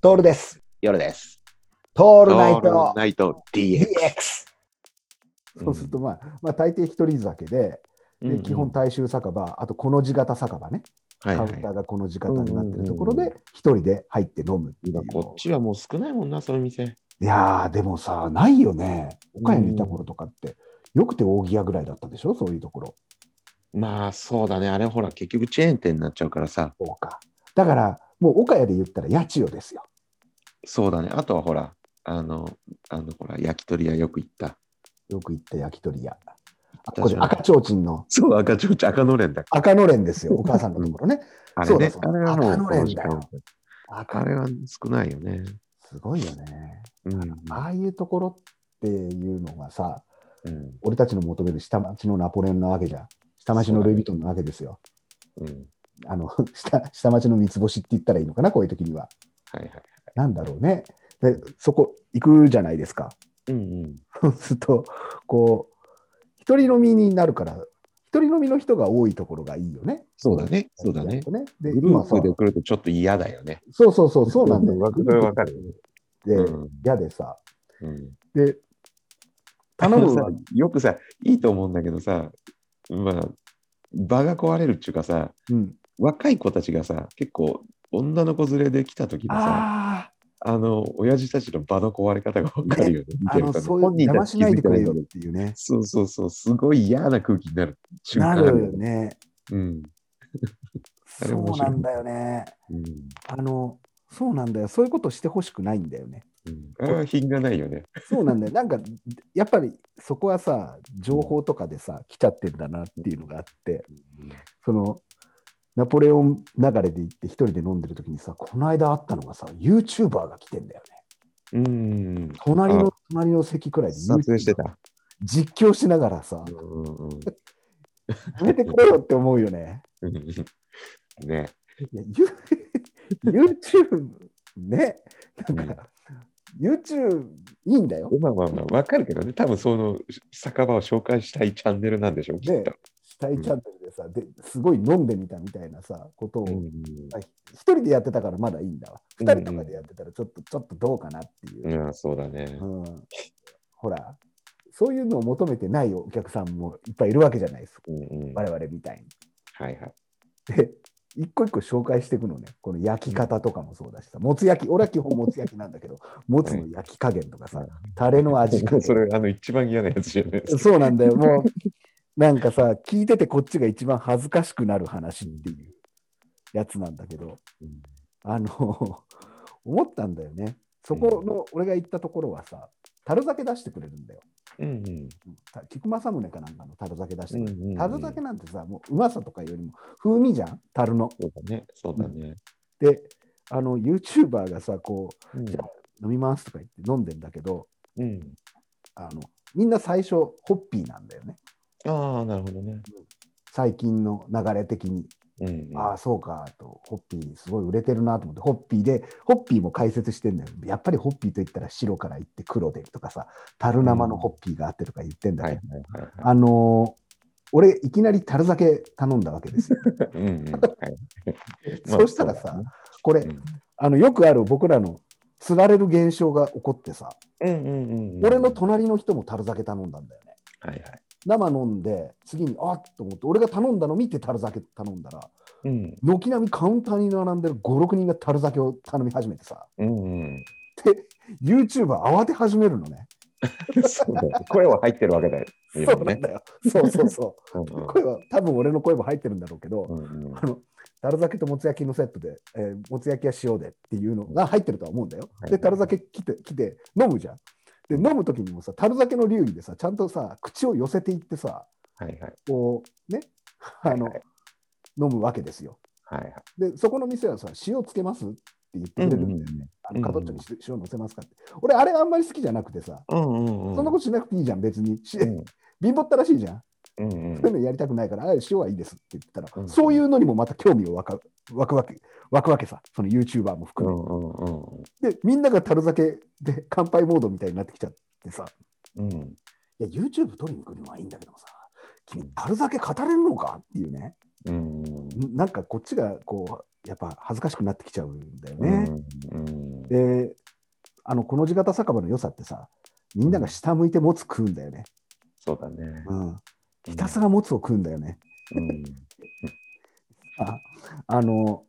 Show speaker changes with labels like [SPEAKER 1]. [SPEAKER 1] トールです。
[SPEAKER 2] 夜です。
[SPEAKER 1] ト
[SPEAKER 2] オ
[SPEAKER 1] ールナイト
[SPEAKER 2] ナイト
[SPEAKER 1] DX。
[SPEAKER 2] DX。
[SPEAKER 1] そうすると、まあ、まあ、大抵一人酒で、で基本、大衆酒場、あとこの字型酒場ね、
[SPEAKER 2] はい
[SPEAKER 1] カ
[SPEAKER 2] は
[SPEAKER 1] ウン
[SPEAKER 2] い
[SPEAKER 1] ターがこの字型になってるところで、一人で入って飲むっていう
[SPEAKER 2] 今こっちはもう少ないもんな、そういう店。
[SPEAKER 1] いやー、でもさ、ないよね。岡山にいた頃とかって、よくて扇屋ぐらいだったでしょ、そういうところ。
[SPEAKER 2] まあそうだね、あれほら、結局チェーン店になっちゃうからさ、
[SPEAKER 1] そうか。だから、もう岡谷で言ったら八千代ですよ。
[SPEAKER 2] そうだね、あとはほら、あの、あのほら、焼き鳥屋よく行った。
[SPEAKER 1] よく行った焼き鳥屋。あ
[SPEAKER 2] た
[SPEAKER 1] これ赤ちょうちんの
[SPEAKER 2] そう、赤ちょうちん、赤のれんだ。
[SPEAKER 1] 赤のれんですよ、お母さんのところね。
[SPEAKER 2] あれね
[SPEAKER 1] そ、うだ
[SPEAKER 2] あれはもう
[SPEAKER 1] 赤のれんだよ
[SPEAKER 2] この時間あれは少ないよね。
[SPEAKER 1] すごいよね。
[SPEAKER 2] うん。
[SPEAKER 1] ああいうところっていうのがさ、
[SPEAKER 2] うん
[SPEAKER 1] 俺たちの求める下町のナポレオンなわけじゃん。下町のルイ・ヴィトンなわけですよ。
[SPEAKER 2] うん。
[SPEAKER 1] あの 下下町の三つ星って言ったらいいのかな、こういう時には。
[SPEAKER 2] はいはい。
[SPEAKER 1] なんだろうね。で、そこ行くじゃないですか。
[SPEAKER 2] うんうん。
[SPEAKER 1] そうすると、こう、一人飲みになるから、一人飲みの人が多いところがいいよね。
[SPEAKER 2] そうだね、そうだね。
[SPEAKER 1] で、
[SPEAKER 2] グル
[SPEAKER 1] 今
[SPEAKER 2] ー
[SPEAKER 1] さ
[SPEAKER 2] プ、で来るとちょっと嫌だよね。
[SPEAKER 1] そうそうそう、そうなんだよ。
[SPEAKER 2] それわかる。
[SPEAKER 1] で
[SPEAKER 2] うん、
[SPEAKER 1] 嫌でさ。
[SPEAKER 2] うん
[SPEAKER 1] で、頼むわ
[SPEAKER 2] あのさ よくさ、いいと思うんだけどさ、まあ、場が壊れるっていうかさ、
[SPEAKER 1] うん、
[SPEAKER 2] 若い子たちがさ、結構、女の子連れで来た時のさ、
[SPEAKER 1] あ
[SPEAKER 2] あの、親父たちの場の壊れ方が分かるよね。
[SPEAKER 1] あ、
[SPEAKER 2] 見
[SPEAKER 1] あの、
[SPEAKER 2] てるとね
[SPEAKER 1] そういう邪魔しないでくれよ
[SPEAKER 2] 本人たち気づいてないんだ
[SPEAKER 1] っていうね。
[SPEAKER 2] けどそうそうそう、すごい嫌な空気になる瞬間
[SPEAKER 1] な
[SPEAKER 2] あよ
[SPEAKER 1] るよね。
[SPEAKER 2] うん。あれ
[SPEAKER 1] そ
[SPEAKER 2] 面白
[SPEAKER 1] う
[SPEAKER 2] い
[SPEAKER 1] なんだよね。
[SPEAKER 2] うん。
[SPEAKER 1] あの、そうなんだよ。そういうことしてほしくないんだよね。
[SPEAKER 2] うんあれは品がないよね。
[SPEAKER 1] そうなんだよ。なんか、やっぱりそこはさ、情報とかでさ、来ちゃってんだなっていうのがあって、その、ナポレオン流れで行って一人で飲んでる時にさ、この間あったのがさ、YouTuber が来てんだよね。
[SPEAKER 2] うん。
[SPEAKER 1] 隣の
[SPEAKER 2] あ、
[SPEAKER 1] 隣の席くらいで
[SPEAKER 2] 撮影してた。
[SPEAKER 1] 実況しながらさ、
[SPEAKER 2] うんうんうん
[SPEAKER 1] やめてくれよって思うよね。
[SPEAKER 2] うんね。
[SPEAKER 1] いや、ユ YouTube ね、なんか、YouTube いいんだよ。
[SPEAKER 2] まあまあまあ、わかるけどね、多分その酒場を紹介したいチャンネルなんでしょう、きっ
[SPEAKER 1] で
[SPEAKER 2] と。、
[SPEAKER 1] 死体チャンネルでさ、ですごい飲んでみたみたいなさ、ことを、
[SPEAKER 2] うん
[SPEAKER 1] あ一人でやってたからまだいいんだわ。
[SPEAKER 2] う
[SPEAKER 1] 二
[SPEAKER 2] んうん
[SPEAKER 1] 人とかでやってたら、ちょっと、ちょっとどうかなっていうう。
[SPEAKER 2] ん、そうだね。
[SPEAKER 1] うんほら、そういうのを求めてないお客さんもいっぱいいるわけじゃないですか。
[SPEAKER 2] うんうん、は
[SPEAKER 1] 我
[SPEAKER 2] い
[SPEAKER 1] 々みたい
[SPEAKER 2] はい。
[SPEAKER 1] に。で、一個一個紹介していくのね。この焼き方とかもそうだしさ、もつ焼き、俺は基本もつ焼きなんだけど、もつの焼き加減とかさ、タレの味加減
[SPEAKER 2] それ、あの、一番嫌なやつじゃないですか。
[SPEAKER 1] そうなんだよ。もう、なんかさ、聞いててこっちが一番恥ずかしくなる話っていうやつなんだけど、
[SPEAKER 2] うん
[SPEAKER 1] あの、思ったんだよね。そこの、俺が行ったところはさ、樽酒出してくれるんだよ。
[SPEAKER 2] うん
[SPEAKER 1] た菊正宗かなんかの樽酒出して
[SPEAKER 2] う
[SPEAKER 1] くれ
[SPEAKER 2] ん
[SPEAKER 1] る。
[SPEAKER 2] うん。
[SPEAKER 1] 樽酒なんてさ、もううまさとかよりも風味じゃん、樽の。
[SPEAKER 2] そうだね。そうだね。
[SPEAKER 1] で、あの、YouTuber がさ、こう、
[SPEAKER 2] うん
[SPEAKER 1] じゃあ飲みますとか言って飲んでんだけど、
[SPEAKER 2] うん。
[SPEAKER 1] あの、みんな最初、ホッピーなんだよね。
[SPEAKER 2] ああ、なるほどね。
[SPEAKER 1] 最近の流れ的に。
[SPEAKER 2] うん。
[SPEAKER 1] ああ、そうかと、ホッピー、すごい売れてるなと思って、ホッピーで、ホッピーも解説してんだよ。やっぱりホッピーといったら白から言って黒でとかさ、樽生のホッピーがあってとか言ってんだ
[SPEAKER 2] はい
[SPEAKER 1] け
[SPEAKER 2] は
[SPEAKER 1] ど、
[SPEAKER 2] いはいは
[SPEAKER 1] あのー俺、いきなり樽酒頼んだわけですよ。
[SPEAKER 2] い。うんうん。はい。 まあ
[SPEAKER 1] そうしたら
[SPEAKER 2] そうだ
[SPEAKER 1] さ
[SPEAKER 2] ね、
[SPEAKER 1] これ、あのよくある僕らのつられる現象が起こってさ、
[SPEAKER 2] うんうんうんうん。
[SPEAKER 1] 俺の隣の人も樽酒頼んだんだよね。
[SPEAKER 2] はいはい。
[SPEAKER 1] 生飲んで、次に、あっと思って、俺が頼んだの見て樽酒頼んだら、
[SPEAKER 2] うん
[SPEAKER 1] 軒並みカウンターに並んでる5、6人が樽酒を頼み始めてさ、
[SPEAKER 2] うんうん。
[SPEAKER 1] YouTuber 慌て始めるのね。
[SPEAKER 2] そうだね。声は入ってるわけだよ。今
[SPEAKER 1] そうな
[SPEAKER 2] ね
[SPEAKER 1] ん。だよ。そうそうそうう。
[SPEAKER 2] ん
[SPEAKER 1] 声は、多分俺の声も入ってるんだろうけど、
[SPEAKER 2] うんうん。
[SPEAKER 1] あの、樽酒ともつ焼きのセットで、えーもつ焼きは塩でっていうのが入ってるとは思うんだよ。
[SPEAKER 2] はい
[SPEAKER 1] で、樽酒来て、来て、飲むじゃん。で、飲む時にもさ、樽酒の流儀でさ、ちゃんとさ、口を寄せていってさ、
[SPEAKER 2] はいはい。
[SPEAKER 1] こう、ね、あの、
[SPEAKER 2] はいはい
[SPEAKER 1] 飲むわけですよ。
[SPEAKER 2] はいはい。
[SPEAKER 1] で、そこの店はさ、塩つけますって言ってくれるんだよね。あのカトッチョに塩乗せますかって。俺、あれあんまり好きじゃなくてさ、
[SPEAKER 2] うんうんうん。
[SPEAKER 1] そんなことしなくていいじゃん、別に。し
[SPEAKER 2] うん
[SPEAKER 1] 貧乏ったらしいじゃん。
[SPEAKER 2] うんうん
[SPEAKER 1] そういうのやりたくないから、あ塩はいいですって言ったら、
[SPEAKER 2] うん
[SPEAKER 1] そういうのにもまた興味を湧か湧くわけ、湧くわけさ、その YouTuber も
[SPEAKER 2] う
[SPEAKER 1] 含
[SPEAKER 2] んうんうん
[SPEAKER 1] め。で、みんなが樽酒で乾杯モードみたいになってきちゃってさ、
[SPEAKER 2] うん
[SPEAKER 1] いや、YouTube 撮りに行くのはいいんだけどさ、君、樽酒語れるのかっていうね。
[SPEAKER 2] うん。
[SPEAKER 1] なんかこっちがこうやっぱ恥ずかしくなってきちゃうんだよね。
[SPEAKER 2] うん。
[SPEAKER 1] であのこの地形酒場の良さってさみんなが下向いてもつ食うんだよね、
[SPEAKER 2] そうだね。
[SPEAKER 1] うん、ひたすらもつを食うんだよね。
[SPEAKER 2] うん。
[SPEAKER 1] ああの